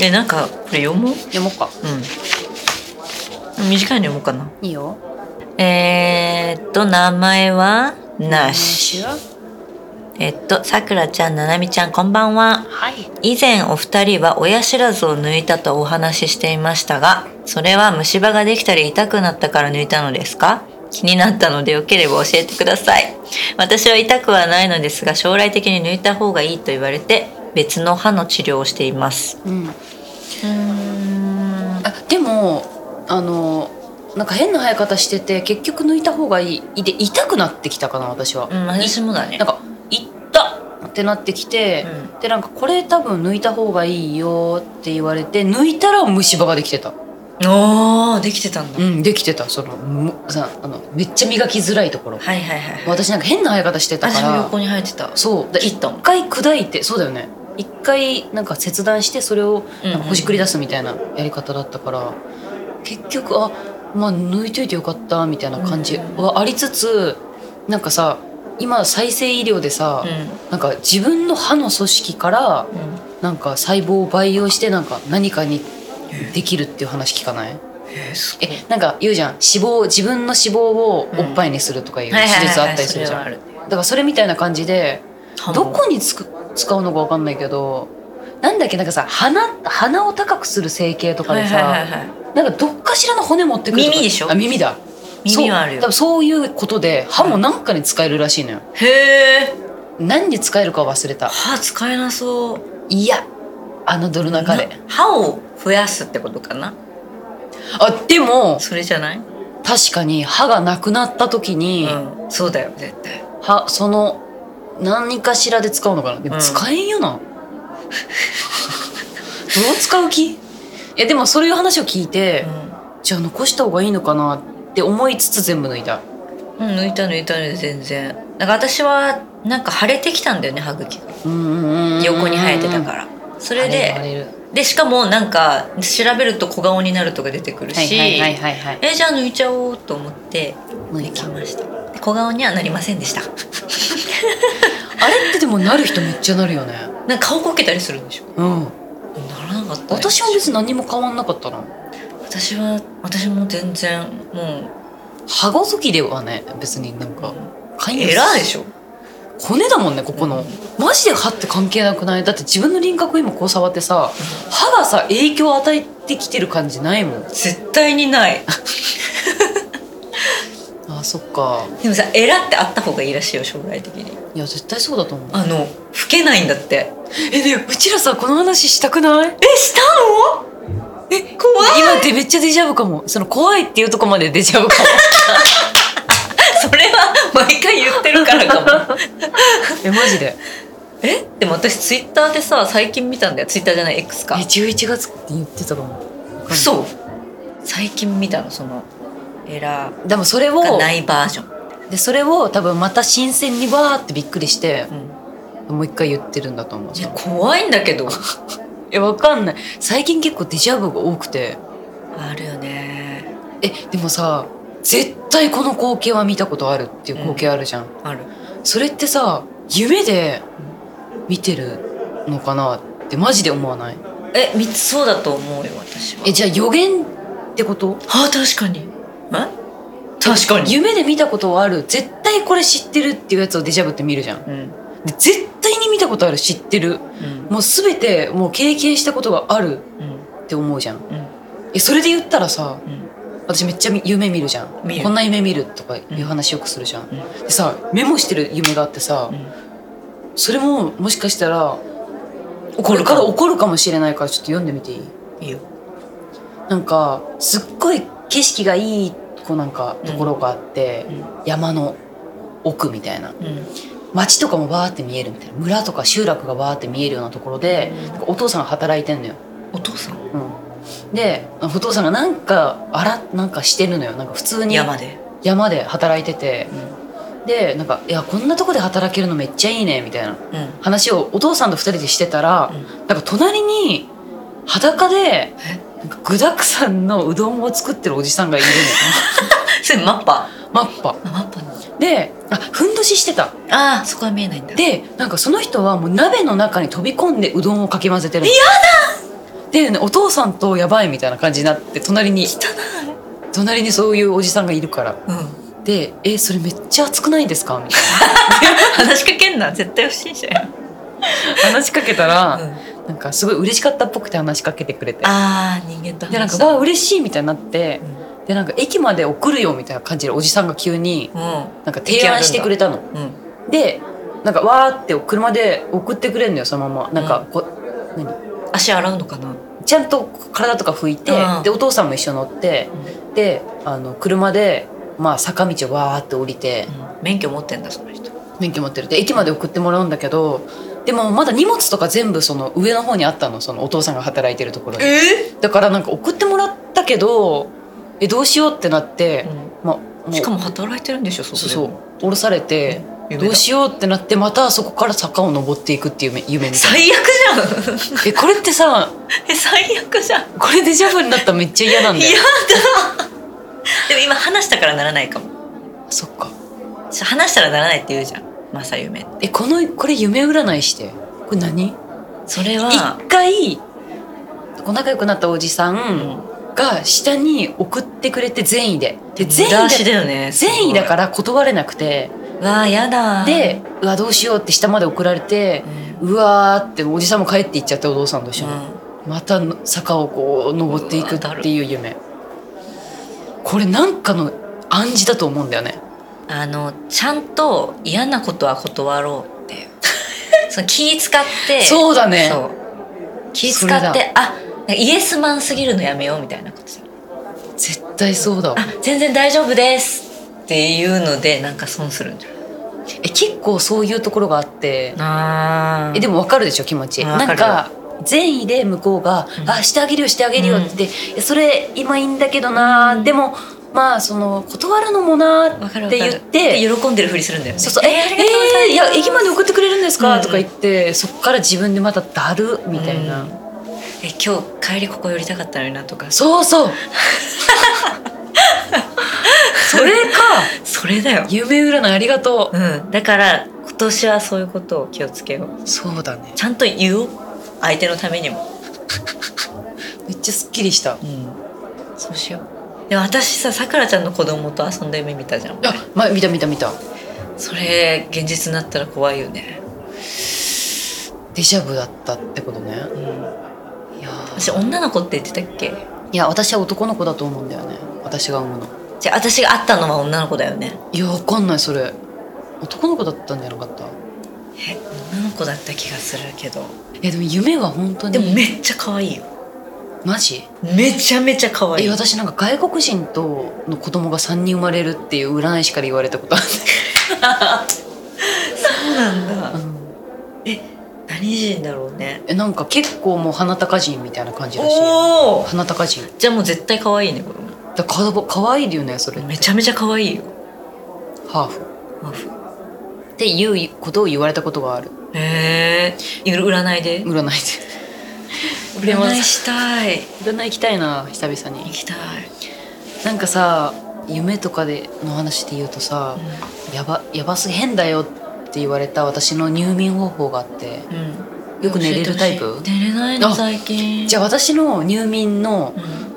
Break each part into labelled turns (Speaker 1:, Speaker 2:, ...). Speaker 1: えなんかこれ読もう
Speaker 2: 読もうか
Speaker 1: うん短いの読もうかない
Speaker 2: いよ
Speaker 1: えー、っと名前はなし
Speaker 2: は
Speaker 1: えっとさくらちゃんななみちゃんこんばんはい以前お二人は親知らずを抜いたとお話ししていましたがそれは虫歯ができたり痛くなったから抜いたのですか気になったのでよければ教えてください私は痛くはないのですが将来的に抜いた方がいいと言われて別の歯の治療をしています
Speaker 2: うんあでもあのなんか変な生え方してて結局抜いた方がいいで痛くなってきたかな私は、
Speaker 1: うん私もだね
Speaker 2: なんか「いった!」ってなってきて、でなんかこれ多分抜いた方がいいよって言われて抜いたら虫歯ができてた
Speaker 1: おーできてたんだ、
Speaker 2: うんできてたそのむさあのめっちゃ磨きづらいところ
Speaker 1: はいはいはいはい
Speaker 2: 私なんか変な生え方してたか
Speaker 1: 私も
Speaker 2: ら
Speaker 1: 横に生えてた
Speaker 2: そうで
Speaker 1: 切ったもん
Speaker 2: 一回砕いてそうだよね一回なんか切断してそれを
Speaker 1: うんうん
Speaker 2: なんかほじくり出すみたいなやり方だったから、結局あまあ抜いといてよかったみたいな感じはありつつなんかさ今再生医療でさ、
Speaker 1: う
Speaker 2: なんか自分の歯の組織から
Speaker 1: ん、うん、
Speaker 2: なんか細胞を培養してなんか何かにできるっていう話聞かない
Speaker 1: えす
Speaker 2: えなんか言うじゃん脂肪自分の脂肪をおっぱいにするとかいう手術あったりするじゃん、だからそれみたいな感じでどこにつく使うのかわかんないけどなんだっけなんかさ鼻鼻を高くする整形とか
Speaker 1: はい
Speaker 2: で
Speaker 1: はい
Speaker 2: さ、
Speaker 1: はいはい
Speaker 2: なんかどっかしらの骨持ってくるとか
Speaker 1: 耳でしょ
Speaker 2: あ耳だ
Speaker 1: 耳はあるよ
Speaker 2: そう多分そういうことで歯もなんかに使えるらしいのよ、
Speaker 1: へえ
Speaker 2: 何に使えるか忘れた
Speaker 1: 歯使えなそう
Speaker 2: いや侮るなかれ
Speaker 1: な歯を増やすってことかな
Speaker 2: あでも
Speaker 1: それじゃない、
Speaker 2: 確かに歯がなくなった時に、
Speaker 1: うん、そうだよ絶対
Speaker 2: はその何かしらで使うのかなでも
Speaker 1: うん
Speaker 2: 使え んよな、どう使う気いやでもそういう話を聞いて、じゃあ残した方がいいのかなって思いつつ全部抜いた
Speaker 1: うん、うん、抜いた抜いた抜いた全然だから私はなんか腫れてきたんだよね歯茎が
Speaker 2: うんうんうんうん
Speaker 1: 横に生えてたからそれ
Speaker 2: あ
Speaker 1: で
Speaker 2: れる
Speaker 1: でしかもなんか調べると小顔になるとか出てくる
Speaker 2: あれ
Speaker 1: し、
Speaker 2: るはいはいはいはいはい
Speaker 1: えじゃあ抜いちゃおうと思って
Speaker 2: 抜い
Speaker 1: 抜
Speaker 2: た
Speaker 1: きましたで小顔にはなりませんで した
Speaker 2: あれってでもなる人めっちゃなるよね
Speaker 1: なんか顔こけたりするんでしょ
Speaker 2: うん
Speaker 1: ならなかったね
Speaker 2: 私は別に何も変わんなかったな
Speaker 1: 私は私も全然も
Speaker 2: 歯ごぞきではね別になん
Speaker 1: う
Speaker 2: か
Speaker 1: うん
Speaker 2: 関与
Speaker 1: 偉いでしょ
Speaker 2: 骨だもんねここの、マジで歯って関係なくないだって自分の輪郭今こう触ってさ歯がさ影響を与えてきてる感じないもん
Speaker 1: 絶対にない
Speaker 2: あそっか
Speaker 1: でもさエラってあった方がいいらしいよ将来的に
Speaker 2: いや絶対そうだと思う
Speaker 1: あの老けないんだって
Speaker 2: えねえうちらさこの話したくない
Speaker 1: えしたのえ怖い
Speaker 2: 今ってめっちゃデジャブかもその怖いっていうとこまでデジャブ かも
Speaker 1: それは毎回言ってるからかも
Speaker 2: えマジで
Speaker 1: えでも私ツイッターでさ最近見たんだよツイッターじゃない X
Speaker 2: え
Speaker 1: か
Speaker 2: 11月って言ってたかも
Speaker 1: 嘘最近見たのそのエラ
Speaker 2: でもそれを
Speaker 1: がないバージョン、
Speaker 2: でそれを多分また新鮮にわーってびっくりして
Speaker 1: うん、
Speaker 2: もう一回言ってるんだと思う
Speaker 1: いや怖いんだけど
Speaker 2: えわかんない最近結構デジャブが多くて
Speaker 1: あるよね
Speaker 2: えでもさ絶対この光景は見たことあるっていう光景あるじゃん、
Speaker 1: ある
Speaker 2: それってさ夢で見てるのかなってマジで思わない
Speaker 1: えみそうだと思うよ私は
Speaker 2: えじゃあ予言ってこと
Speaker 1: あ確かにえ確かに
Speaker 2: 夢で見たことはある絶対これ知ってるっていうやつをデジャブって見るじゃん
Speaker 1: うんうん
Speaker 2: で絶対に見たことある知ってるもう全てもう経験したことがある
Speaker 1: うん
Speaker 2: って思うじゃん
Speaker 1: うん
Speaker 2: えそれで言ったらさ
Speaker 1: うん
Speaker 2: 私めっちゃ夢見るじゃん
Speaker 1: 見る
Speaker 2: こんな夢見るとかいう話よくするじゃん、
Speaker 1: う
Speaker 2: でさメモしてる夢があってさ、
Speaker 1: ん
Speaker 2: それももしかしたら
Speaker 1: 怒
Speaker 2: こ
Speaker 1: る
Speaker 2: れ
Speaker 1: か
Speaker 2: からら怒るかもしれないからちょっと読んでみていい
Speaker 1: いいよ
Speaker 2: なんかすっごい景色がいいこうなんかところがあって、
Speaker 1: うん
Speaker 2: 山の奥みたいな
Speaker 1: うん
Speaker 2: 町とかもバーって見えるみたいな村とか集落がバーって見えるようなところで、
Speaker 1: うん
Speaker 2: なんかお父さんが働いてんのよ、
Speaker 1: お父さん
Speaker 2: うん、でお父さんがなんかあらなんかしてるのよなんか普通に
Speaker 1: 山で
Speaker 2: 山で働いてて
Speaker 1: うん
Speaker 2: でなんか「いやこんなとこで働けるのめっちゃいいね」みたいな
Speaker 1: うん
Speaker 2: 話をお父さんと二人でしてたら、
Speaker 1: うん
Speaker 2: なんか隣に裸でなんか具沢山のうどんを作ってるおじさんがいる
Speaker 1: それマッパ
Speaker 2: のよマッパ
Speaker 1: あマッパなんだ
Speaker 2: であふんどししてた
Speaker 1: あーそこは見えないんだ
Speaker 2: でなんかその人はもう鍋の中に飛び込んでうどんをかき混ぜてるので、ね、お父さんとやばいみたいな感じになって隣に隣にそういうおじさんがいるから
Speaker 1: うん
Speaker 2: で「えそれめっちゃ熱くないですか?」みたい
Speaker 1: 話しかけんな絶対不審者や、
Speaker 2: な話しかけた
Speaker 1: う
Speaker 2: ら、
Speaker 1: ん、
Speaker 2: なんかすごい嬉しかったっぽくて話しかけてくれて
Speaker 1: あー人間と
Speaker 2: でなん
Speaker 1: 話
Speaker 2: か
Speaker 1: し
Speaker 2: 「わ
Speaker 1: た
Speaker 2: あ嬉しい」みたいになってでなんか駅まで送るよみたいな感じでおじさんが急に
Speaker 1: う
Speaker 2: なんか提案してくれたの。
Speaker 1: んうん
Speaker 2: でなんかわーって車で送ってくれるのよそのままなんかこ、う何
Speaker 1: 足洗うのかな
Speaker 2: ちゃんと体とか拭いて、
Speaker 1: うん
Speaker 2: でお父さんも一緒に乗って、であの車で、まあ、坂道をわーって降りて
Speaker 1: 免許持ってんだその人
Speaker 2: 免許持ってるで駅まで送ってもらうんだけどでもまだ荷物とか全部その上の方にあったのそのお父さんが働いてるところに
Speaker 1: え
Speaker 2: だからなんか送ってもらったけどえどうしようってなって、まあう
Speaker 1: しかも働いてるんでしょそこで
Speaker 2: そうそう降ろされて、どうしようってなってまたそこから坂を登っていくっていう夢夢みたいな
Speaker 1: 最悪じゃん
Speaker 2: えこれってさ
Speaker 1: え最悪じゃん
Speaker 2: これデジャブになったらめっちゃ嫌なんだ
Speaker 1: 嫌
Speaker 2: よ
Speaker 1: だ でも今話したからならないかも
Speaker 2: そっか
Speaker 1: ちょ話したらならないって言うじゃん正夢
Speaker 2: えこのこれ夢占いしてこれ何
Speaker 1: それは
Speaker 2: 一回こう仲良くなったおじさんが下に送ってくれて善意でで
Speaker 1: 全
Speaker 2: 善意
Speaker 1: 員だしだ
Speaker 2: だ
Speaker 1: よね
Speaker 2: 善意だから断れなくて
Speaker 1: すごいわあやだ
Speaker 2: でうわどうしようって下まで送られて
Speaker 1: うん
Speaker 2: うわーっておじさんも帰っていっちゃってお父さんと一緒に、
Speaker 1: う
Speaker 2: またの坂をこう登っていくっていう夢これなんかの暗示だと思うんだよね
Speaker 1: んあのちゃんと嫌なことは断ろうっていう その気使って
Speaker 2: そうだね
Speaker 1: そう気使
Speaker 2: そ
Speaker 1: っ
Speaker 2: れ
Speaker 1: てあイエスマンすぎるのやめようみたいなことする
Speaker 2: 絶対そうだわ
Speaker 1: あ全然大丈夫ですっていうのでなんか損するんじゃない
Speaker 2: え結構そういうところがあって
Speaker 1: あ
Speaker 2: えでも分かるでしょ気持ち
Speaker 1: うん
Speaker 2: なん
Speaker 1: 分か
Speaker 2: か善意で向こうが「
Speaker 1: うん
Speaker 2: あしてあげるよしてあげるよ」って、えそれ今いいんだけどな、
Speaker 1: うん
Speaker 2: でもまあその断るのもな」
Speaker 1: わ
Speaker 2: っ
Speaker 1: かる
Speaker 2: て
Speaker 1: わかる
Speaker 2: 言っ
Speaker 1: で
Speaker 2: て
Speaker 1: 喜んでるふりするんだよね
Speaker 2: そうそうえ
Speaker 1: ありがとうございます
Speaker 2: えーいや駅まで送ってくれるんです
Speaker 1: う
Speaker 2: か?」
Speaker 1: ん
Speaker 2: とか言ってそっから自分でまた「だる」みたいな、
Speaker 1: うんえ今日帰りここ寄りたかったのになとかそ
Speaker 2: そうそう それか
Speaker 1: それだよ
Speaker 2: 夢占いありがと
Speaker 1: うんだから今年はそういうことを気をつけよう
Speaker 2: うそうだね
Speaker 1: ちゃんと言おう相手のためにも
Speaker 2: めっちゃすっきりした
Speaker 1: うんそうしようでも私ささくらちゃんの子供と遊んで夢見たじゃん
Speaker 2: あ、ま、見た見た見た
Speaker 1: それ現実になったら怖いよね、
Speaker 2: デジャブだったってことね
Speaker 1: うん、
Speaker 2: いやー
Speaker 1: 私女の子って言ってたっけ
Speaker 2: いや私は男の子だと思うんだよね私が産むの
Speaker 1: じゃあ私が会ったのは女の子だよね
Speaker 2: いやわかんないそれ男の子だったんじゃなかった
Speaker 1: え女の子だった気がするけど
Speaker 2: いやでも夢は本当に
Speaker 1: でもめっちゃ可愛いよ
Speaker 2: マジ
Speaker 1: めちゃめちゃ可愛い
Speaker 2: え私なんか外国人との子供が3人生まれるっていう占い師から言われたことある、
Speaker 1: そうなんだ
Speaker 2: うん
Speaker 1: 何人だろうね
Speaker 2: えなんか結構もう鼻高人みたいな感じだし
Speaker 1: おお
Speaker 2: 鼻高人
Speaker 1: じゃあもう絶対可愛いね子供
Speaker 2: だからかかわいいよねそれ
Speaker 1: めちゃめちゃ可愛いよ
Speaker 2: ハーフっていうことを言われたことがある
Speaker 1: へえ占いで
Speaker 2: 占いで
Speaker 1: 占いしたい
Speaker 2: で 占い行きたいな久々
Speaker 1: 行
Speaker 2: に
Speaker 1: きたい、
Speaker 2: なんかさ夢とかでの話で言うとさ、やばやばすぎ変だよって言われた私の入眠方法があって
Speaker 1: うん
Speaker 2: よく寝れるタイプ
Speaker 1: 寝れないの最近
Speaker 2: じゃあ私の入眠の
Speaker 1: うん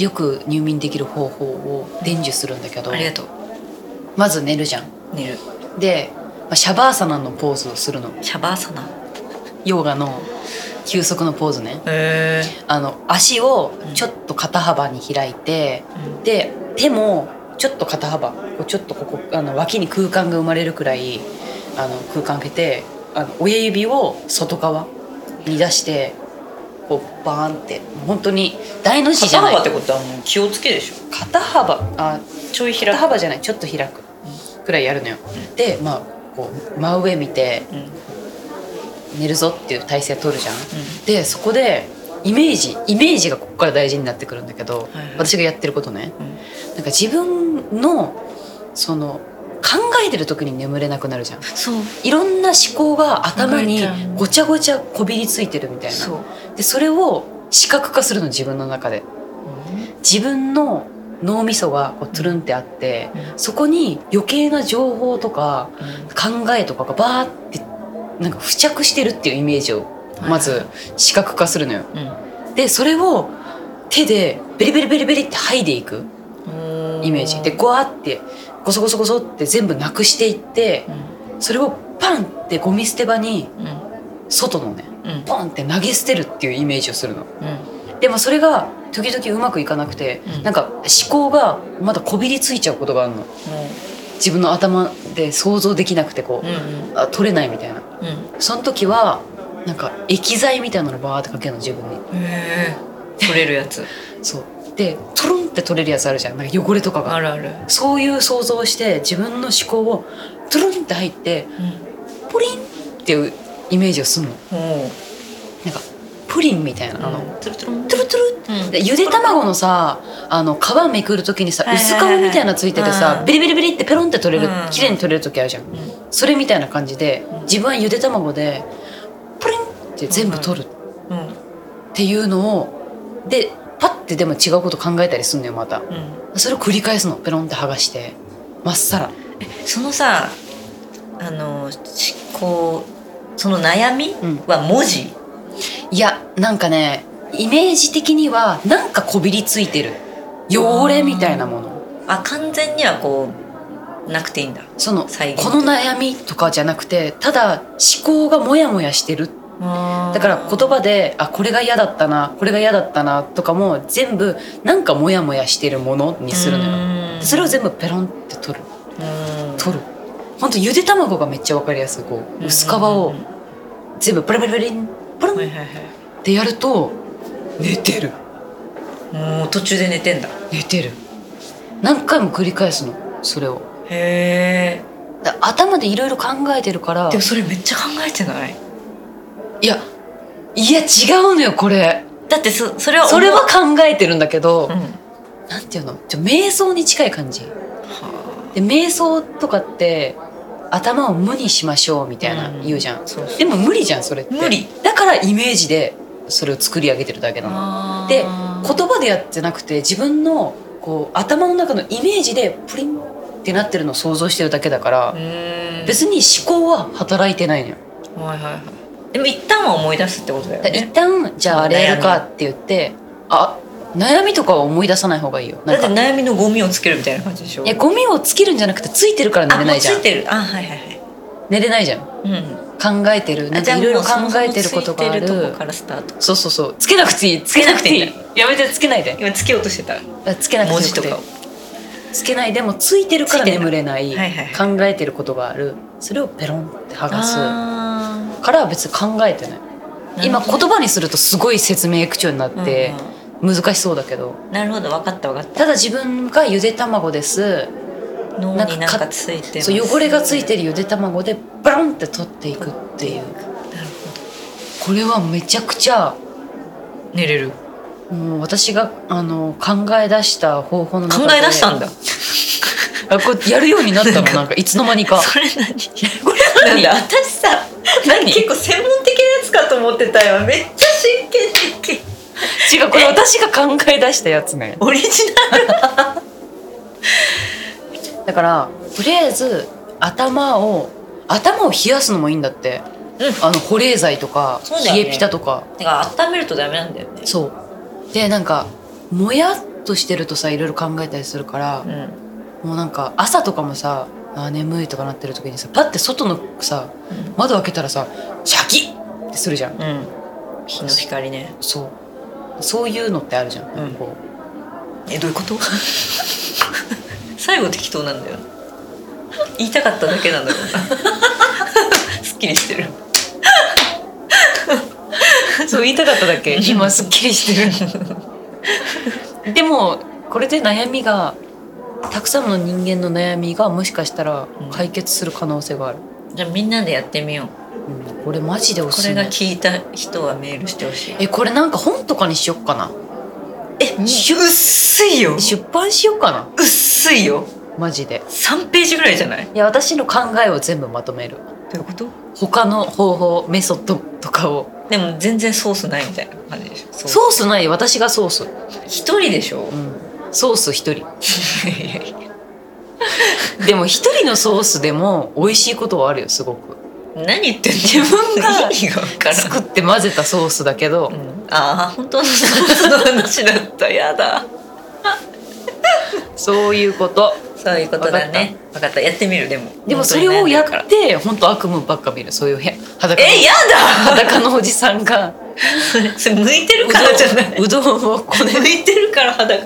Speaker 2: よく入眠できる方法を伝授するんだけど
Speaker 1: ありがとう
Speaker 2: まず寝るじゃん
Speaker 1: 寝る
Speaker 2: でまあシャバーサナのポーズをするの
Speaker 1: シャバーサナ
Speaker 2: ヨガの休息のポーズね
Speaker 1: へえ
Speaker 2: あの足をちょっと肩幅に開いてで手もちょっと肩幅こうちょっとここあの脇に空間が生まれるくらいあの空間開けてあの親指を外側に出してこうバーンって本当に大の字じゃない
Speaker 1: ことはもう気をつけでしょ
Speaker 2: 肩幅あ
Speaker 1: ちょい開
Speaker 2: 肩幅じゃないちょっと開くくらいやるのよ、でまあこう真上見て
Speaker 1: うんうん
Speaker 2: 寝るぞっていう体勢取るじゃんでそこでイメージイメージがここから大事になってくるんだけど、
Speaker 1: はいはい
Speaker 2: 私がやってることね
Speaker 1: うん
Speaker 2: なんか自分のその考えてる時に眠れなくなるじゃん
Speaker 1: そう
Speaker 2: いろんな思考が頭に
Speaker 1: 考えちゃう
Speaker 2: ごちゃごちゃこびりついてるみたいな
Speaker 1: そう
Speaker 2: でそれを視覚化するの自分の中で自分の脳みそがこうトゥルンってあって
Speaker 1: う
Speaker 2: そこに余計な情報とか
Speaker 1: うん
Speaker 2: 考えとかがバーってなんか付着してるっていうイメージをまず視覚化するのよ
Speaker 1: うん
Speaker 2: でそれを手でベリベリベリベリって剥いでいくイメージでゴワってゴソゴソゴソって全部なくしていってそれをパンってゴミ捨て場に外のね
Speaker 1: うん
Speaker 2: ポンって投げ捨てるっていうイメージをするの。
Speaker 1: うん
Speaker 2: でもそれが時々うまくいかなくて、
Speaker 1: うん
Speaker 2: なんか思考がまだこびりついちゃうことがあるの自分の頭で想像できなくてこう、あ取れないみたいな
Speaker 1: うんうん
Speaker 2: その時はなんか液剤みたいなのバーってかけるの自分に
Speaker 1: へえ取れるやつ
Speaker 2: そうでトロンって取れるやつあるじゃんなんか汚れとかが
Speaker 1: あるある
Speaker 2: そういう想像をして自分の思考をトロンって入って
Speaker 1: うん
Speaker 2: ポリンっていうイメージをするの
Speaker 1: ほう
Speaker 2: なんかプリンみたいなあの、
Speaker 1: うんトゥルトゥルン
Speaker 2: トゥルトゥル
Speaker 1: うん
Speaker 2: でゆで卵のさあの皮めくる時にさ
Speaker 1: はいはい
Speaker 2: 薄
Speaker 1: はい
Speaker 2: 皮みたいなついてて
Speaker 1: う
Speaker 2: さ
Speaker 1: ん
Speaker 2: ビリビリビリってペロンって取れる
Speaker 1: うん
Speaker 2: 綺麗に取れる時あるじゃん
Speaker 1: うん
Speaker 2: それみたいな感じで
Speaker 1: うん
Speaker 2: 自分はゆで卵でプリンって全部取るっ
Speaker 1: うん
Speaker 2: ていうのをでパッてでも違うこと考えたりすんのよまた
Speaker 1: うん
Speaker 2: それを繰り返すのペロンって剥がしてまっさら
Speaker 1: そのさあのしこうその悩み
Speaker 2: うん
Speaker 1: は文字
Speaker 2: いやなんかねイメージ的にはなんかこびりついてる汚れみたいなもの
Speaker 1: あ完全にはこうなくていいんだ
Speaker 2: そのこ
Speaker 1: 再現
Speaker 2: の悩みとかじゃなくてただ思考がモヤモヤしてる
Speaker 1: だ
Speaker 2: だから言葉であこれが嫌だったなこれが嫌だったなとかも全部なんかモヤモヤしてるものにするのよ
Speaker 1: よ
Speaker 2: それを全部ペロンって取る
Speaker 1: うん
Speaker 2: 取るほんとゆで卵がめっちゃわかりやすいこう薄皮を
Speaker 1: うん
Speaker 2: 全部プルプルプルンプル
Speaker 1: は
Speaker 2: ン
Speaker 1: い
Speaker 2: っ
Speaker 1: はいはい
Speaker 2: てやると寝てる
Speaker 1: もう途中で寝てんだ
Speaker 2: 寝てる何回も繰り返すのそれを
Speaker 1: へえ
Speaker 2: だ頭でいろいろ考えてるから
Speaker 1: でもそれめっちゃ考えてない
Speaker 2: いやいや違うのよこれ
Speaker 1: だってそそれは思う
Speaker 2: それは考えてるんだけど、
Speaker 1: うん
Speaker 2: なんていうのちょ瞑想に近い感じで瞑想とかって頭を無にしましょうみたいな
Speaker 1: うん
Speaker 2: 言うじゃん、
Speaker 1: そうそう
Speaker 2: でも無理じゃんそれって
Speaker 1: 無理
Speaker 2: だからイメージでそれを作り上げてるだけなの
Speaker 1: あー
Speaker 2: で言葉でやってなくて自分のこう頭の中のイメージでプリンってなってるのを想像してるだけだから
Speaker 1: う、ーん
Speaker 2: 別に思考は働いてないのよ
Speaker 1: はいはいはいでも一旦は思い出すってことだよ
Speaker 2: だから一
Speaker 1: ね
Speaker 2: 旦じゃああれやるかって言ってあ悩みとかは思い出さない方がいいよ
Speaker 1: だ
Speaker 2: なん
Speaker 1: って
Speaker 2: か
Speaker 1: 悩みのゴミをつけるみたいな感じでしょ
Speaker 2: いやゴミをつけるんじゃなくてついてるから寝れないじゃ
Speaker 1: あ
Speaker 2: ん
Speaker 1: もうついてるあはいはいはい
Speaker 2: 寝れないじゃん
Speaker 1: うん
Speaker 2: 考えてるなんかいろいろ考えてることが
Speaker 1: じゃ
Speaker 2: あ
Speaker 1: あもうそもそもついてる
Speaker 2: る
Speaker 1: とこからスタート
Speaker 2: そうそうそうつけなくていいつ
Speaker 1: けなくていい
Speaker 2: やめてつけないで
Speaker 1: 今つけようとしてた
Speaker 2: あつけなくて
Speaker 1: 文
Speaker 2: よ
Speaker 1: 字
Speaker 2: く
Speaker 1: と
Speaker 2: て
Speaker 1: かを
Speaker 2: つけないでもついてるから
Speaker 1: ついてる
Speaker 2: 眠れない
Speaker 1: はいは
Speaker 2: 考えてることがあるそれをペロンって剥がす
Speaker 1: あ
Speaker 2: からは別に考えてない
Speaker 1: ー
Speaker 2: 今言葉にするとすごい説明口調になって
Speaker 1: うんうん
Speaker 2: 難しそうだけど
Speaker 1: なるほど分かった分かった
Speaker 2: だ自分がゆで卵です
Speaker 1: た脳になんかついてます
Speaker 2: そう汚れがついてるゆで卵でバロンって取っていくっていう
Speaker 1: なるほ
Speaker 2: これはめちゃくちゃ
Speaker 1: ど寝れる
Speaker 2: もう私があの考え出した方法の中
Speaker 1: 考
Speaker 2: で
Speaker 1: え出したんだ
Speaker 2: あこうやるようになったのなんかいつの間にか
Speaker 1: それ何こ
Speaker 2: れ何
Speaker 1: 私さ
Speaker 2: 何
Speaker 1: 結構専門的なやつかと思ってたよめっちゃ真剣的
Speaker 2: 違うこれ私が考え出したやつね
Speaker 1: オリジナル
Speaker 2: だからとりあえず頭を頭を冷やすのもいいんだって、
Speaker 1: う
Speaker 2: あの保冷剤とか、
Speaker 1: そうだよね
Speaker 2: 冷えピタとか
Speaker 1: だから温めるとダメなんだよね
Speaker 2: そうでなんかもやっとしてるとさいろいろ考えたりするから、
Speaker 1: ん
Speaker 2: もうなんか朝とかもさあー眠いとかなってる時にさパッて外のさ
Speaker 1: うん
Speaker 2: 窓開けたらさシャキッってするじゃん
Speaker 1: うん日の光ね
Speaker 2: そうそういうのってあるじゃん、
Speaker 1: うん
Speaker 2: こ
Speaker 1: えどういうこと最後適当なんだよ言いたかっただけなん だろうなすっきりしてる
Speaker 2: うそう言いたかっただけ今すっきりして るでもこれで悩みがたくさんの人間の悩みがもしかしたら
Speaker 1: うん
Speaker 2: 解決する可能性がある、
Speaker 1: じゃあみんなでやってみよう
Speaker 2: うん、これマジでお
Speaker 1: こ
Speaker 2: すす
Speaker 1: れ
Speaker 2: め
Speaker 1: が聞いた人はメールしてほしい
Speaker 2: えこれなんか本とかにしよっかな
Speaker 1: え薄いよ
Speaker 2: 出版しよっかな
Speaker 1: 薄いよ
Speaker 2: マジで
Speaker 1: 3ページぐらいじゃない
Speaker 2: いや私の考えを全部まとめる
Speaker 1: どういうこと
Speaker 2: 他の方法メソッドとかを
Speaker 1: でも全然ソースないみたいな感じでしょう
Speaker 2: ソースない私がソース、
Speaker 1: 一人でしょ
Speaker 2: うん、ソース一人でも一人のソースでも美味しいことはあるよすごく
Speaker 1: 何言ってんの自分
Speaker 2: が
Speaker 1: 意味が分からん
Speaker 2: 作って混ぜたソースだけど、
Speaker 1: うんああ本当のスポーツの話だったやだ
Speaker 2: そういうこと
Speaker 1: そういうことだね分かったやってみるでも
Speaker 2: でもそれをや
Speaker 1: 本当に悩んでるから
Speaker 2: って本当悪夢ばっか見るそういうへ裸の
Speaker 1: えやだ
Speaker 2: 裸のおじさんが
Speaker 1: それそれ向いてるからじゃない
Speaker 2: うどんをこね
Speaker 1: い向いてるから裸